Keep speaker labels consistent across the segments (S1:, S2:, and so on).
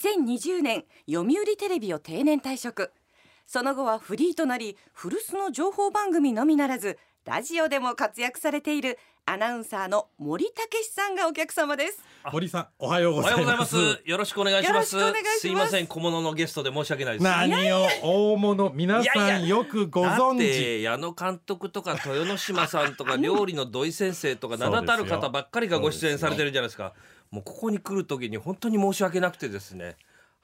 S1: 2020年読売テレビを定年退職その後はフリーとなり古巣の情報番組のみならずラジオでも活躍されているアナウンサーの森武さんがお客様です
S2: 堀さんおはよう
S3: お
S2: ござ
S3: はよう
S2: い
S3: ござい
S2: ま
S3: ますす。よろしくお願いします。
S1: よろしくお願いします
S3: いません、小物のゲストで申し訳ないです。
S2: 何を大物皆
S3: いや
S2: さん
S3: いや
S2: よくご
S3: だっ
S2: 存知
S3: て矢野監督とか豊ノ島さ んとか料理の土井先生とか名だたる方ばっかりがご出演されてるじゃないですかもうここに来る時に本当に申し訳なくてですね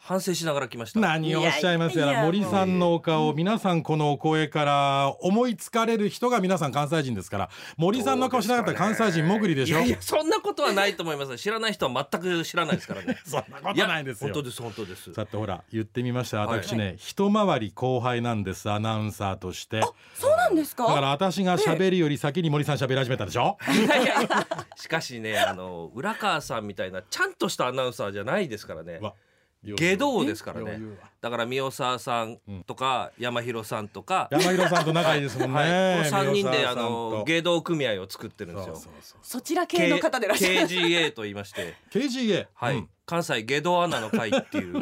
S3: 反省しながら来ました
S2: 何をおっしゃいますや
S1: いやい
S2: ら
S1: や
S2: 森さんのお顔皆さんこのお声から思いつかれる人が皆さん関西人ですから森さんの顔しなかったら関西人もぐりで
S3: い
S2: しょ
S3: やいやそんなことはないと思います知らない人は全く知らないですからね
S2: そんなことないですよ
S3: や本当です本当です
S2: だってほら言ってみました
S3: はい
S2: 私ね、一回り後輩なんですアナウンサーとしてだ
S1: そうなんですか
S2: から私が喋るより先に森さん喋り始めたでしょ
S3: いやいやいやしかしねあの浦川さんみたいなちゃんとしたアナウンサーじゃないですからね
S2: うわ
S3: 下道ですから
S2: え
S3: ね
S2: 余裕は
S3: だから三沢さんとか山広さんとか、
S2: 山広さんと仲いいですもんね、
S3: はい、この三人で
S2: 宮沢さん
S3: あ
S2: と
S3: の芸道組合を作ってるんです
S2: そう
S3: よ
S2: そうそう
S1: そちら系の方でいらっしゃる
S3: K- KGA と言いまして、
S2: KGA、
S3: はい
S2: うん
S3: 関西芸道アナの会っていう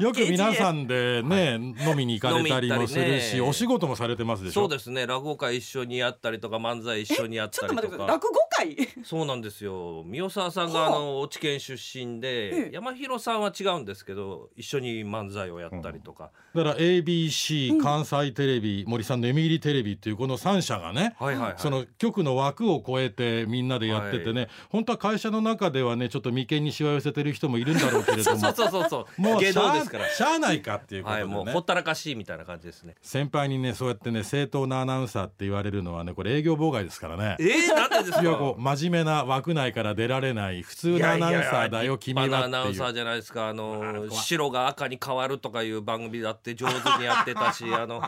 S2: よく皆さんでね、飲みに行かれたりもするし、
S3: 飲み行ったりね
S2: お仕事もされてますでしょ
S3: そうですね落語会一緒にやったりとか漫才一緒にやっ
S1: ちょ
S3: た
S1: っと
S3: り
S1: 待
S3: と
S1: ってください
S3: か
S1: 落語会
S3: そうなんですよ三沢さんがあの落ち県出身
S1: ええ
S3: で山広さんは違うんですけど一緒に漫才をやったりとか、
S2: だから ABC 関西テレビ、森さんの読売テレビっていうこの3社がね、
S3: はいはいはい
S2: その局の枠を超えてみんなでやっててね、本当は会社の中ではねちょっと眉間にしわ寄せてる人もいるんだろうけれど
S3: そ
S2: も
S3: うそうそうそう
S2: もう
S3: 芸
S2: し
S3: 道
S2: ゃ
S3: ですから
S2: あしゃあないかっていうこと
S3: は
S2: で
S3: い
S2: ね、
S3: もうほったらかしいみたいな感じですね
S2: 先輩にねそうやってね正当なアナウンサーって言われるのはねこれ営業妨害ですからね。
S3: えー、なんでですか
S2: いやこう真面目な枠内から出られない普通のアナウンサーだよ君は
S3: 立
S2: っていう
S3: 派なアナウンサーじゃないですかあの白が赤に変わるとかいう番組だって上手にやってたし あの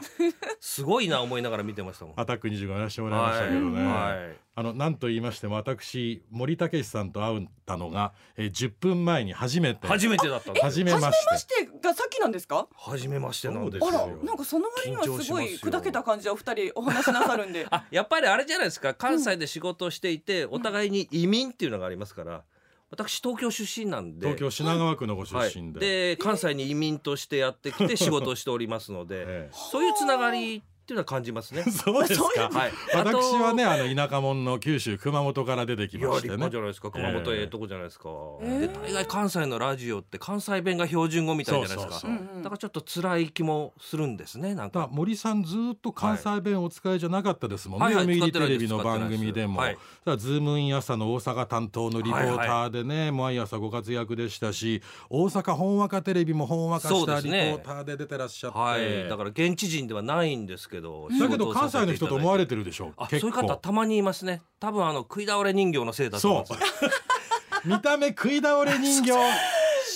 S3: すごいな思いながら見てましたもん。
S2: アタック25やらせてもらいましたけどね、
S3: はいはい
S2: あの何と言いましても私森武さんと会ったのが、えー10分前に初めて
S3: 初めてだったんです
S2: 初め
S1: 初め
S2: ま
S1: ま
S2: して
S1: してがさっきなんですか
S3: 初めましてなんです
S2: そ
S1: あ
S2: うです
S1: ら
S2: よ
S1: なんかその割には
S3: 緊張
S1: す
S3: し
S1: ご
S3: ます
S1: い
S3: よ
S1: 砕けた感じでお二人お話しなさるんで
S3: あやっぱりあれじゃないですか関西で仕事をしていて、お互いに移民っていうのがありますから私東京出身なんで
S2: 東京品川区のご出
S3: はい
S2: 身で,、
S3: で関西に移民としてやって きて仕事をしておりますので、
S2: ええ。
S3: そういうつながりっていうのは感じますね
S2: そうですか、
S3: はい、
S2: 私はねあの田舎者の九州熊本から出てき
S3: いや
S2: まして
S3: 立派
S2: ね
S3: じゃないですか熊本
S2: ええ
S3: ええとこじゃないですか、
S1: え
S3: で大概関西のラジオって関西弁が標準語みたいじゃないですか
S2: そうそううん
S3: だ
S1: う
S3: か
S1: ん
S3: らちょっと辛い気もするんですねなん
S2: だから
S3: か
S2: 森さんずーっと関西弁お使いじゃなかったですもんね、
S3: はいはい
S2: 読売テレビの番組でも、
S3: 使っ
S2: だ
S3: てないで
S2: からズームイン朝の大阪担当のリポーターでね、毎朝ご活躍でしたし大阪ほんわかテレビもほんわかし
S3: そう
S2: た
S3: です
S2: リポ
S3: ね
S2: ーターで出てらっしゃって、
S3: はいだ
S2: だ
S3: から現地人ではないんですけど、
S2: けど関西の人と思われてるでしょ
S3: あそういう方たまにいますね多分あの食い倒れ人形のせいだと思
S2: そ
S3: うんで
S2: う見た目食い倒れ人形
S3: すよ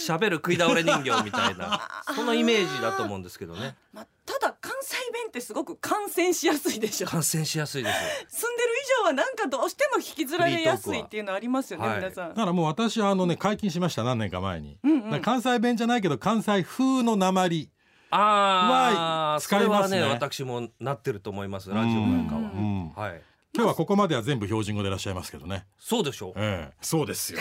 S3: 喋る食い倒れ人形みた いなそのイメージだと思うんですけどね
S1: まあただ関西弁ってすごく感染しやすいでしょ
S3: 感染しやすいです
S1: 住んでる以上はなんかどうしても引きずられやすいっていうのありますよね、
S3: はい
S1: 皆さん
S2: だ。からもう私はあのね解禁しました何年か前に、
S1: うんうん
S2: だから関西弁じゃないけど関西風の鉛
S3: あ
S2: まあ
S3: あそ
S2: 使
S3: れ
S2: いま
S3: は
S2: すね
S3: ね私もなってると思いますラジオなんかは、
S2: うん
S3: はい
S2: 今日はここまでは全部標準語でいらっしゃいますけどね、
S3: そうでしょ
S2: ええ、そうですよ、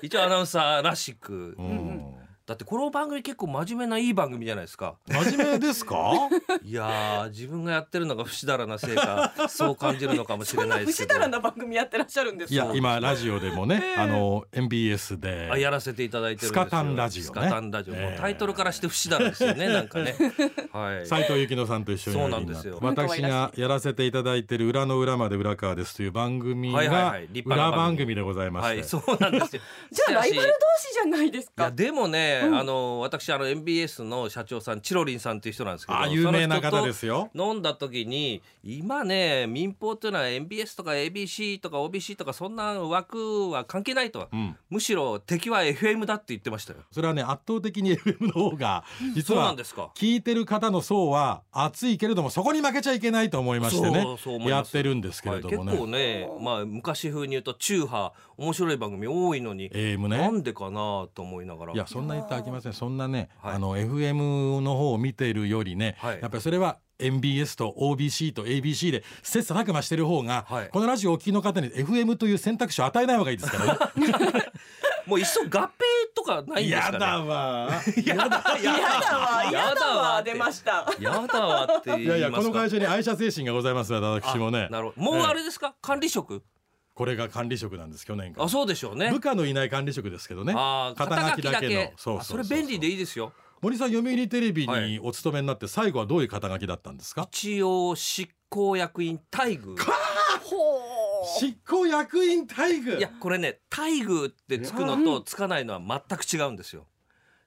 S3: 一応アナウンサーらしく
S2: うん、
S3: だってこの番組結構真面目ないい番組じゃないで すか
S2: 真面目ですか
S3: いやー自分がやってるのが不死だらなせいかそう感じるのかもし
S1: そ
S3: れ
S1: んな
S3: ない
S1: 不
S3: で
S1: 死
S3: すけ
S1: だ
S3: ど
S1: らな番組やってらっしゃるんです
S2: い
S1: か。
S2: や今ラジオでもね、
S1: ええ
S2: あの MBS で
S3: あやらせていただいてるんですよ
S2: スカタンラジオね
S3: スカタンラジオ、もう
S2: ええ
S3: タイトルからして不死だらですよねなんか ねはい
S2: 斉藤幸乃さんと一緒に
S3: そうなんですよ
S2: お呼びになって私がやらせていただいてる裏の裏まで裏川ですという番組
S3: はいはい
S2: が
S3: はい立派な番組
S2: 裏番組でございま
S3: は
S2: し
S3: い
S2: て
S3: そうなんですよ
S1: じゃあライバル同士じゃないです
S3: いや
S1: か。
S3: でもね、
S1: うん
S3: あの私あの MBS の社長さんチロリンさんっていう人なんですけど
S2: あ有名な
S3: その
S2: 方
S3: 人と
S2: ですよ
S3: 飲んだ時に今ね民放というのは MBS とか ABC とか OBC とかそんな枠は関係ないと、
S2: ん
S3: むしろ敵は FM だって言ってましたよ
S2: それはね圧倒的に FM の方が実
S3: そうな
S2: は
S3: んですか
S2: 聞いてる方の層は熱いけれどもそこに負けちゃいけないと思いましてね
S3: そうそう思い
S2: や
S3: ま
S2: っ
S3: す
S2: てるんですけれどもね、
S3: はい、結構ね、まあ、昔風に言うと中波面白い番組多いのに、
S2: AM ね
S3: なんでかなと思いながら
S2: いやそんな言ってあきませんそんなね、
S3: はい
S2: あの FM の方を見ているよりね、
S3: はい
S2: やっぱりそれは MBS と OBC と ABC で切磋琢磨してる方が、
S3: はい
S2: このラジオをお聞きの方に FM という選択肢を与えない方がいいですからね
S3: もう一層合併とか ないんです
S2: や
S3: かね
S2: だわ。
S3: やだ
S1: やだわやだわ
S3: って
S1: 出ました
S3: やだわって言
S2: い
S3: いますか
S2: やいや、この会社に愛車精神がございます。私もね
S3: あ。なるほどもうあれですか、管理職
S2: これが管理職なんです。去年から
S3: あ。そうでしょうね
S2: 部下のいない管理職ですけどね。
S3: あー
S2: 肩書きだけの。そう
S3: あ
S2: そ
S3: そうれ
S2: そう
S3: 便利でいいですよ
S2: 森さん、読売テレビ
S3: は
S2: に
S3: い
S2: お勤めになって、最後はどういう肩書きだったんですか。
S3: 一応執行役員待遇
S1: ほう
S2: 執行役員待遇
S3: いやこれね待遇ってつくのとつかないのは全く違うんですよ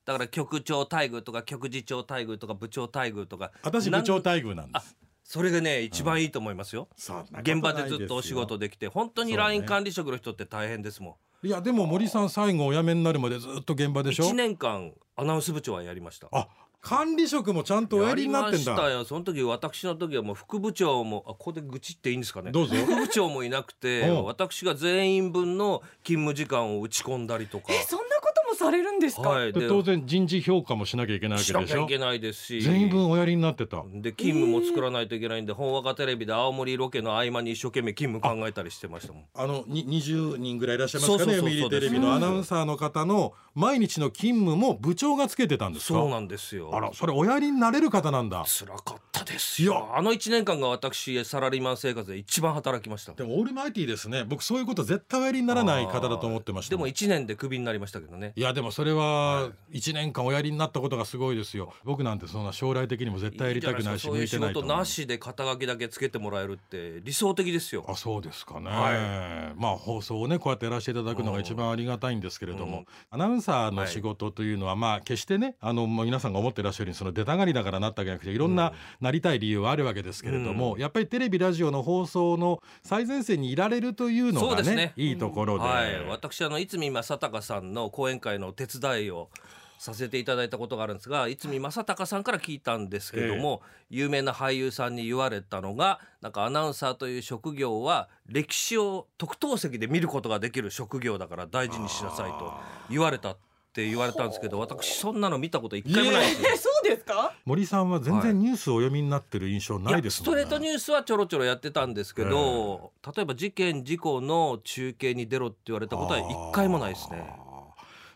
S3: だから局長待遇とか局次長待遇とか部長待遇とか
S2: 私部
S3: なん
S2: 長待遇なんです。
S3: それがね一番いいと思いますよ
S2: そんなことないすよ
S3: 現場でずっとお仕事できて本当にライン管理職の人って大変ですもん
S2: いやでも森さん最後お辞めになるまでずっと現場でしょ
S3: 1年間アナウンス部長はやりました
S2: あ管理職もちゃんとおやりになってん
S3: やりました
S2: だ
S3: よその時私の時はもう副部長もあここで愚痴っていいんですかね
S2: どうぞ
S3: 副部長もいなくて
S2: うん
S3: 私が全員分の勤務時間を打ち込んだりと か
S1: えそんなこともされるんですか、
S3: はい
S2: で
S3: で
S2: 当然人事評価もしなきゃいけないわけ
S3: しな
S2: で
S3: き
S2: し
S3: ゃい
S2: ょ
S3: けないですし
S2: 全員分おやりになってた
S3: で勤務も作らないといけないんで、本和歌テレビで青森ロケの合間に一生懸命勤務考えたりしてましたもん。
S2: あのに20人ぐらいいらっしゃいますかね
S3: そうそうそう
S2: 読
S3: そう
S2: 売テレビ
S3: う
S2: の
S3: ん
S2: アナウンサーの方の毎日の勤務も部長がつけてたんですか
S3: そうなんですよ。
S2: あらそれおやりになれる方なんだ
S3: 辛かったですよ。あの一年間が私サラリーマン生活で一番働きました。
S2: でもオールマイティーですね僕そういうこと絶対おやりにならない方だと思ってました
S3: でも一年でクビになりましたけどね。
S2: いやでもそれは1年間おやりになったことがすごいですよ僕なんてそんな将来的にも絶対やりたくないし
S3: い
S2: 向
S3: い
S2: い
S3: じ
S2: て
S3: ゃな
S2: ないい
S3: で
S2: と
S3: すかそういう仕事
S2: 思う
S3: なしで肩書きだけつけてもらえるって理想的ですよ。
S2: あそうですかね、
S3: は
S2: まあ放送をねこうやってやらせていただくのが一番ありがたいんですけれども、アナウンサーの仕事というのは、まあ決してねあのもう皆さんが思ってらっしゃるようにその出たがりだからなったわけじゃなくていろんななりたい理由はあるわけですけれども、やっぱりテレビラジオの放送の最前線にいられるというの
S3: そう
S2: が
S3: で
S2: ね
S3: すね
S2: いいところで、
S3: はい、私あのいつみ正隆さんの講演会の手伝いをさせていただいたことがあるんですがいつみ正隆さんから聞いたんですけども、有名な俳優さんに言われたのがなんかアナウンサーという職業は歴史を特等席で見ることができる職業だから大事にしなさいと言われたって言われたんですけど私そんなの見たこと一回もないですよ
S1: えそうですか
S2: 森さんは全然ニュースをお読みになってる印象ないです
S3: ス
S2: も
S3: ト
S2: ん
S3: レ
S2: ね
S3: ートニュースはちょろちょろやってたんですけど、例えば事件事故の中継に出ろって言われたことは一回もないですね。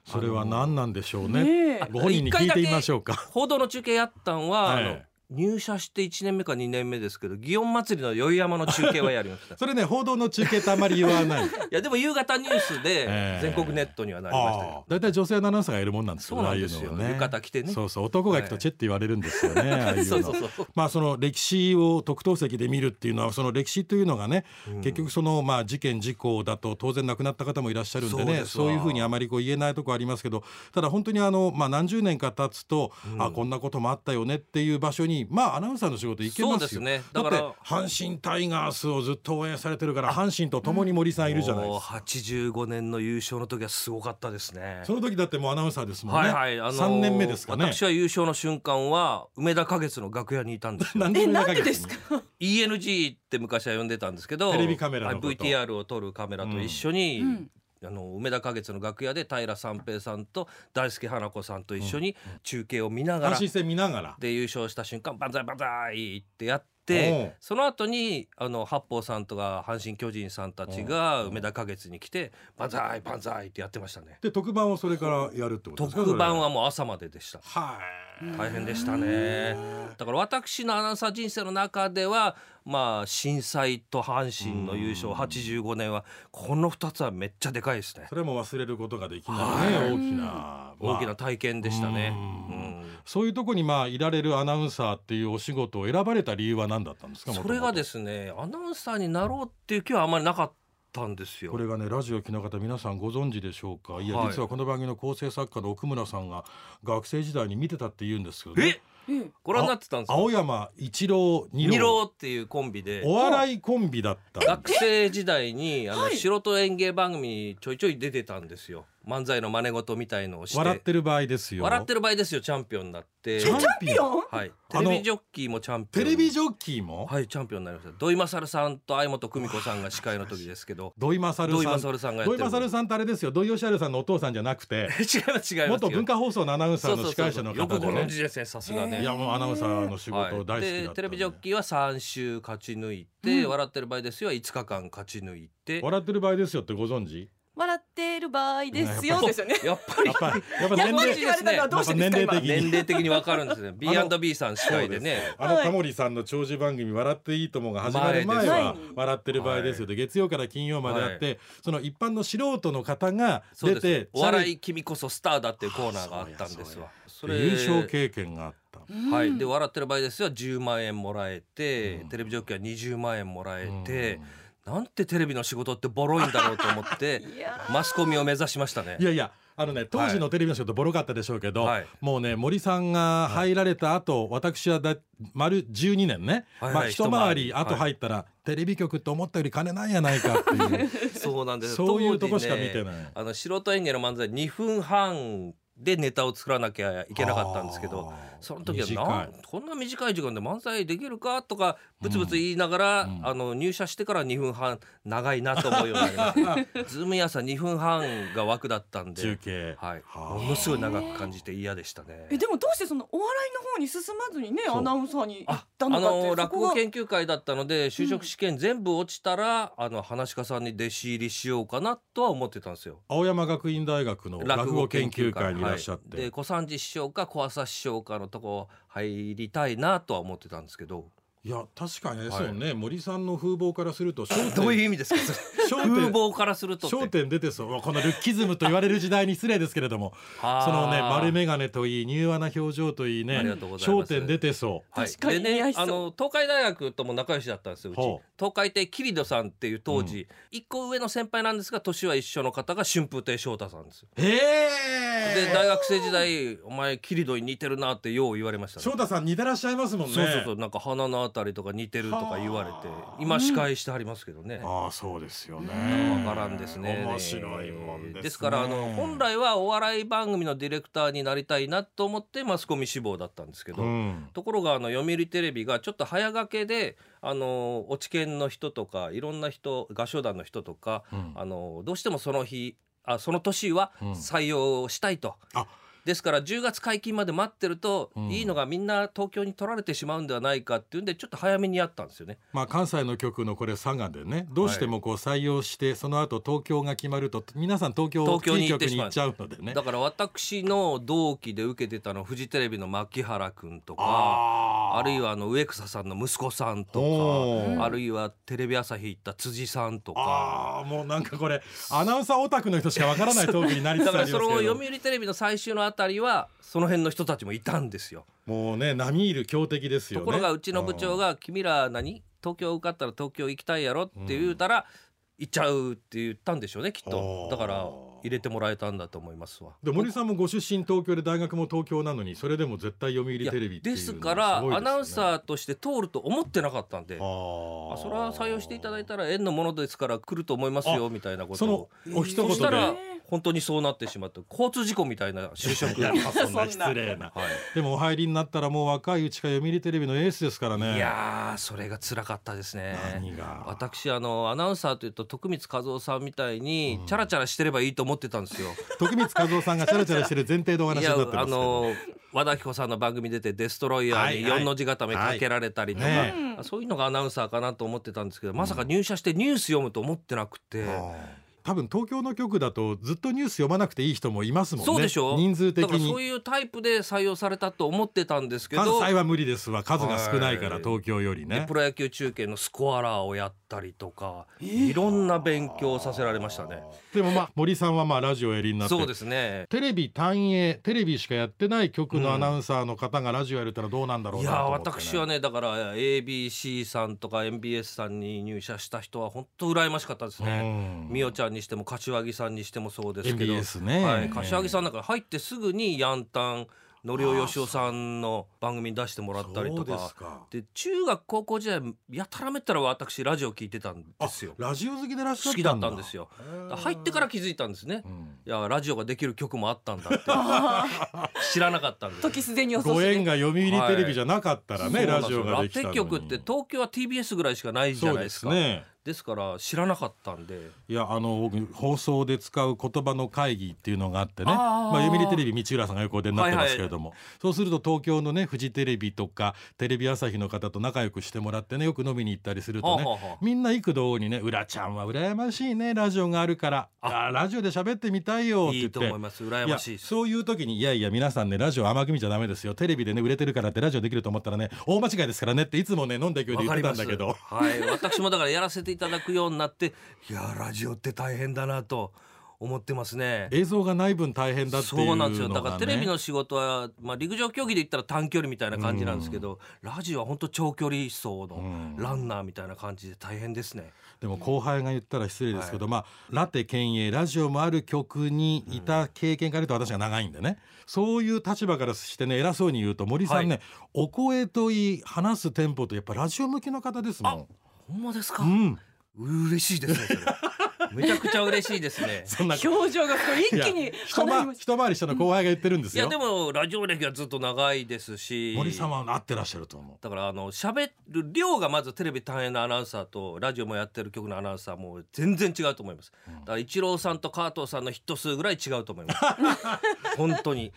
S2: それは何なんでしょうね、
S1: ねえ
S2: ご本人に聞いてみましょうか
S3: 報道の中継やったんは、
S2: はい
S3: あの入社して1年目か2年目ですけど祇園祭りの宵山の中継はやりま したい
S2: それね報道の中継ってあまり言わない
S3: やでも夕方ニュース
S2: え
S3: で
S2: え
S3: 全国ネットにはなりましたけ
S2: ああ
S3: ど
S2: 大体女性のアナウンサーがいるもんなんですよ
S3: そうなんで
S2: あ
S3: すよ
S2: あいうのはね
S3: 浴衣着てね
S2: そうそう男が行くとチェって言われるんですよね、ああいう
S3: そうそ
S2: の
S3: うそう
S2: まあその歴史を特等席で見るっていうのはその歴史というのがね、結局そのまあ事件事故だと当然亡くなった方もいらっしゃるんで
S3: そう
S2: ね
S3: で
S2: そ
S3: す
S2: う
S3: わ
S2: いうふうにあまりこう言えないとこありますけどただ本当にあのまあ何十年か経つと、あこんなこともあったよねっていう場所にまあアナウンサーの仕事行けますよ
S3: そうですね
S2: だ
S3: だ
S2: っ
S3: か
S2: て
S3: ら
S2: 阪神タイガースをずっと応援されてるから阪神と共に森さんいるじゃないです
S3: も
S2: か
S3: う。85年の優勝の時はすごかったですね
S2: その時だってもうアナウンサーですもんね。
S3: はいはい、あのー
S2: 3年目ですかね。
S3: 私は優勝の瞬間は梅田花月の楽屋にいたんです よ
S2: 何
S1: え
S2: も
S1: な
S2: 言
S1: んで
S2: い訳
S1: ですか
S3: ENG って昔は呼んでたんですけど
S2: テレビカメラのこと
S3: はい VTR を撮るカメラと一緒に、
S1: うん
S3: あの梅田花月の楽屋で平三平さんと大輔花子さんと一緒に中継を見なが
S2: 阪
S3: ら、
S2: 神戦見ながら。
S3: で優勝した瞬間「万歳万歳!」ってやっ
S2: おう
S3: てその後にあの八方さんとか阪神・巨人さんたちが梅田花月に来て「万歳万歳!」ってやってましたね。
S2: で特番をそれからやるってことですか。
S3: 特番
S2: は。
S3: はもう朝まででした。
S2: はい。
S3: 大変でしたね。だから私のアナウンサー人生の中では、まあ震災と阪神の優勝85年はこの2つはめっちゃでかいですね
S2: そ。れも忘れることができないね
S3: は
S2: 大きな
S3: 大
S2: ま
S3: き
S2: あ
S3: な体験でしたね。
S2: そういうとこにまあいられるアナウンサーっていうお仕事を選ばれた理由は何だったんですか。。
S3: うんそれがですすね、アナウンサーになろうっていう気はあんまりなかったんですよ
S2: こ。れがねラジオ機の方皆さんご存知でしょうか。いや、
S3: はい
S2: 実はこの番組の構成作家の奥村さんが学生時代に見てたって言うんですけど、ね、
S1: うん
S3: ご覧になってたんですか
S2: 青山一郎二
S3: 二
S2: 郎
S3: 郎っていうコンビで。
S2: お笑いコンビだったんです。
S3: 学生時代にあの、
S1: はい
S3: 素人演芸番組にちょいちょい出てたんですよ漫才の真似事みたいのをして
S2: 笑ってる場合ですよ。
S3: 笑ってる場合ですよチャンピオンになって
S2: チャンピオン。
S1: よん
S3: はい、
S2: あ
S3: テ
S2: の
S3: レビジョッキーもチャンピオ
S2: テ
S3: ン
S2: レビジョッキーも、
S3: はいチャンピオンになりました土井勝さんと相本久美子さんが司会の時ですけど
S2: 土井勝
S3: 土井
S2: さん。
S3: 勝さんがやっ
S2: 土
S3: て
S2: 井
S3: る
S2: 勝さんってあれですよ。土井善晴さんのお父さんじゃなくて、
S3: 違います違います
S2: 元文化放送のアナウンサ
S3: そ
S2: ー
S3: うそ
S2: の
S3: うそう
S2: 司会者の
S3: よ
S2: 方
S3: く
S2: で
S3: ご存
S2: ね。
S3: 知ですねさすがね
S2: いやもうアナウンサーの仕
S3: はい
S2: 事大好きだったんで、
S3: でテレビジョッキーは3週勝ち抜いて、笑ってる場合ですよは5日間勝ち抜いて
S2: 笑ってる場合ですよってご存知？
S1: 笑っってる場合ですよですよね。
S3: やっぱり
S2: やっぱりやっぱ
S1: やっ
S2: 年
S1: ぱりって
S2: 齢
S1: 言われたのはどうしてですか
S2: やっぱ
S1: 今
S2: 年齢的
S3: 年齢的にわかるんです ね B&B さん司会でね
S2: あのタモリさんの長寿番組「笑っていいとも」が始まる前
S1: 前
S2: は
S1: です
S2: 「笑ってる場合ですよ」で月曜から金曜まであって、その一般の素人の方が
S3: そう
S2: 出
S3: ですね
S2: て
S3: お笑い君こそスターだっていうコーナーがあったんですわそれ
S2: 優勝経験があった。
S3: はい、
S1: うん
S3: で笑ってる場合ですよ10万円もらえて、テレビジョッキーは20万円もらえて、なんてテレビの仕事ってボロいんだろうと思って
S1: いや
S3: マスコミを目指しましたね
S2: いやいやあのね当時のテレビの仕事ボロかったでしょうけど、
S3: はい
S2: もうね森さんが入られた後、私はだ丸12年ね、
S3: はいはい
S2: まあ、一回り
S3: 一回り
S2: 後入ったら、テレビ局って思ったより金ないやないかっていう
S3: そうなん で す
S2: そういうと
S3: 当時ね
S2: こしか見てない
S3: あの素人演芸の漫才2分半でネタを作らなきゃいけなかったんですけど
S2: あー
S3: その時は
S2: 短
S3: ないんこんな短い時間で漫才できるかとかブツブツ言いながら、
S2: うん
S3: あの入社してから2分半長いなと思うようになりまし たズームやさ2分半が枠だったんで
S2: 中継、
S3: はい、
S2: はあ
S3: ものすごい長く感じて嫌でしたね
S1: え。でもどうしてそのお笑いの方に進まずにね
S2: そう
S1: アナウンサーに行っ
S3: あ
S1: た
S3: あ
S1: のかってい
S3: の
S1: うそ
S3: 落
S1: こ
S3: 語
S1: は
S3: 研究会だったので就職試験全部落ちたら、あの話し家さんに弟子入りしようかなとは思ってたんですよ。
S2: 青山学院大学の落語研究会にいらっしゃって、
S3: はいで小三治師匠か小朝師匠かのとこ入りたいなとは思ってたんですけど
S2: いや確かにあれですよね、森さんの風貌からすると笑点
S3: どういう意味ですかそれ
S2: 笑点
S3: 風貌からするとって
S2: 焦点出てそううわこのルッキズムと言われる時代に失礼ですけれども
S3: あー
S2: そのね丸眼鏡といい柔和な表情といいね
S3: ありがとうございま
S2: 焦
S3: す
S2: 点出てそう
S3: はい、
S1: 確かに
S3: で
S1: 似合
S3: ね
S1: いそう
S3: あの東海大学とも仲良しだったんですようち
S2: ほう
S3: 東海帝キリドさんっていう当時、一個上の先輩なんですが年は一緒の方が春風亭昇太さんですよ
S2: へ
S3: で
S2: え
S3: 大学生時代お前キリドに似てるなってよう言われましたね
S2: 翔太さん似てらっしゃいますもんね
S3: そうそうそうなんか鼻のあたりとか似てるとか言われて
S2: はあ
S3: 今司会してはりますけどね、
S2: ああそうですよね
S3: わからんですね。
S2: 面白いもんです、ね、
S3: ですからあの本来はお笑い番組のディレクターになりたいなと思ってマスコミ志望だったんですけど、
S2: うん
S3: ところがあの読売テレビがちょっと早掛けであの落ち研の人とかいろんな人合唱団の人とか
S2: うん
S3: あのどうしてもその日あその年は
S2: うん
S3: 採用したいと。
S2: あ
S3: ですから10月解禁まで待ってると、
S2: うん
S3: いいのがみんな東京に取られてしまうんではないかっていうんでちょっと早めにやったんですよね。
S2: まあ関西の局のこれ佐賀でねどうしてもこう採用してその後東京が決まると皆さん東京
S3: 東京
S2: キ
S3: に
S2: ー
S3: 行っ
S2: 局
S3: てし
S2: に
S3: ま
S2: 行
S3: う
S2: っちゃうのでね
S3: だから私の同期で受けてたのはフジテレビの牧原君とか
S2: あ
S3: あ
S2: ー
S3: るいはあの植草さんの息子さんと
S2: おー
S3: かあるいはテレビ朝日行った辻さんとか。
S2: ああもうなんかこれアナウンサーオタクの人しかわからないトークになりつ
S3: だ
S2: つ
S3: か
S2: あ
S3: ら
S2: り
S3: そ
S2: ます
S3: の
S2: け
S3: 読
S2: ど
S3: 売テレビの最終のあたりはその辺の人たちもいたんですよ。
S2: もうね並みいる強敵ですよ
S3: と
S2: ね
S3: ころがうちの部長が「君ら何東京受かったら東京行きたいやろ」って言うたら「行っちゃう」って言ったんでしょうねきっと
S2: おー
S3: だから入れてもらえたんだと思いますわ。
S2: で森さんもご出身東京で大学も東京なのにそれでも絶対読売
S3: いや
S2: テレビっていうの
S3: で
S2: は
S3: す
S2: ごい
S3: からアナウン
S2: ー
S3: サーとして通ると思ってなかったんで。
S2: あー
S3: あそれは採用していただいたら縁のものですから来ると思いますよみたいなこと
S2: その
S3: を
S2: お一言
S3: そ
S2: で
S3: したら
S1: えー
S3: 本当にそうなってしまって交通事故みたいな就職
S2: いや
S3: はい
S2: そんな失礼なでもお入りになったらもう若いうちから読売テレビのエースですからね
S3: いやーそれが辛かったですね
S2: 何が
S3: 私あのアナウンサーというと徳光和夫さんみたいにチャラチャラしてればいいと思ってたんですよ。
S2: 徳光和夫さんがチャラチャラしてる前提でお話
S3: い
S2: に
S3: や
S2: なってますけど
S3: あの和田アキ子さんの番組出て「デストロイヤー」に
S2: はいはい
S3: 4の字固めかけられたりとか、
S2: はいね
S1: え
S3: あそういうのがアナウンサーかなと思ってたんですけどまさか入社してニュース読むと思ってなくて。
S2: 多分東京の局だとずっとニュース読まなくていい人もいますもんね
S3: そうでしょ
S2: 人数的
S3: だからそう
S2: に
S3: いうタイプで採用されたと思ってたんですけど
S2: 関西は無理ですわ数が少ないから
S3: はい
S2: 東京より
S3: で
S2: ね
S3: プロ野球中継のスコアラーをやったりとか、いろんな勉強をさせられましたね。
S2: でもまあ森さんはまあラジオやりになって
S3: そうですね
S2: テレビ単営テレビしかやってない局のアナウンサーの方がラジオやれたらどうなんだろう
S3: い
S2: な
S3: や
S2: と
S3: ー
S2: 思って、ね、
S3: 私はねだから ABC さんとか MBS さんに入社した人は本当羨ましかったですね。
S2: うん
S3: みおちゃんにしても柏木さんにしてもそうですけど、
S2: MBS ね、
S3: はい、柏木さんなんか入ってすぐにヤンタンのりおよしおさんの番組に出してもらったりと
S2: そうで
S3: か
S2: すか
S3: で中学高校時代やたらめったら私ラジオ聞いてたんで
S2: あ
S3: すよ
S2: ラジオ好きでらっしゃ
S3: 好
S2: った
S3: き
S2: ん
S3: だ
S2: だ
S3: ったんですよ
S2: へー
S3: 入ってから気づいたんですね
S2: うん
S3: いやラジオができる曲もあったんだって 知らなかったんです
S1: 時すでに遅
S2: ご
S1: し
S2: 縁
S1: で
S2: が読売テレビじゃなかったらね、
S3: そうなん
S2: ラ
S3: です
S2: ジ
S3: よ
S2: オができたのに
S3: ラテ局って東京は TBS ぐらいしかないじゃないですか
S2: そうですね
S3: ですから知らなかったんで
S2: いやあの僕放送で使う言葉の会議っていうのがあってね
S3: あー
S2: まあ、読売テレビ道浦さんが横でになってますけれども、そうすると東京のねフジテレビとかテレビ朝日の方と仲良くしてもらってねよく飲みに行ったりするとね
S3: はあはあはあ
S2: みんな幾度にね「浦ちゃんは羨ましいねラジオがあるから
S3: あ
S2: あーラジオで喋ってみたいよ」って
S3: い
S2: 言っ
S3: いと
S2: て。
S3: 思います羨
S2: いや
S3: ましいです
S2: そういう時にいやいや皆さんねラジオ甘く見ちゃダメですよテレビでね売れてるからってラジオできると思ったらね大間違いですからねっていつもね飲んだ勢いで
S3: わ
S2: 言っ
S3: か
S2: て
S3: り
S2: た
S3: ま
S2: ん
S3: す
S2: だけど
S3: はい、私もだからやらせていただくようになっていやラジオって大変だなと思ってますね
S2: 映像がない分大変だっていうのが、ね、
S3: そうなんですよだからテレビの仕事は、まあ、陸上競技で言ったら短距離みたいな感じなんですけど、ラジオは本当長距離走のランナーみたいな感じで大変ですね。
S2: でも後輩が言ったら失礼ですけど、まあラテ県営ラジオもある局にいた経験から言うと私が長いんでね、そういう立場からしてね偉そうに言うと森さんね、お声といい話すテンポとやっぱラジオ向きの方ですもん。
S3: ほんまですか、
S2: うん、
S3: 嬉しいです ねそれめちゃくちゃ嬉しいですね。
S2: そんな
S1: 表情がこう一
S2: いや
S1: 気に
S2: 一
S1: 離れ
S2: 回
S1: ま
S2: り
S1: し
S2: 一回り下の後輩が言ってるんです
S3: い
S2: よ。
S3: やでもラジオ歴はずっと長いですし
S2: 森さんは合ってらっしゃると思う。
S3: だからあの喋る量がまずテレビ単位のアナウンサーとラジオもやってる局のアナウンサーも全然違うと思います、だから一郎さんと加藤さんのヒット数ぐらい違うと思 います本当に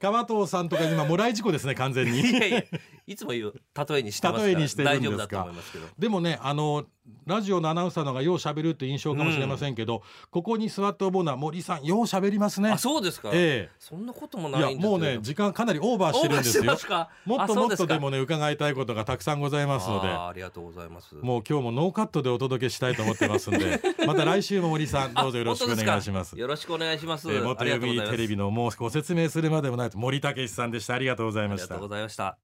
S2: 川藤さんとか今もらい事故ですね完全
S3: い
S2: に。
S3: やいやいつも言う例えにしてますから
S2: 例えにしてるんですか
S3: 大丈夫だと思いますけど
S2: でもねあのラジオのアナウンサーの方がよう喋るって印象かもしれませんけど、ここに座って思うのは森さんよう喋りますね。
S3: あそうですか、
S2: ええ
S3: そんなことも
S2: い
S3: な
S2: や
S3: いんです
S2: もうね時間かなりオーバーしてるんです
S3: オーバ
S2: よ
S3: ーしてますか
S2: もっと
S3: あそ
S2: も
S3: う
S2: っ
S3: です
S2: と
S3: か
S2: でもね伺いたいことがたくさんございますの
S3: あー
S2: で
S3: ありがとうございます
S2: もう今日もノーカットでお届けしたいと思ってますん でまた来週も森さんどうぞよろしくお願いします
S3: あ本当でかよろしくお願いします、
S2: えー元
S3: ありがとうご
S2: UB
S3: ざいます
S2: テレビのもうご説明するまでもないと森武さんでしたありがとうござい
S3: あ
S2: ま
S3: りが
S2: し
S3: と
S2: た
S3: うございました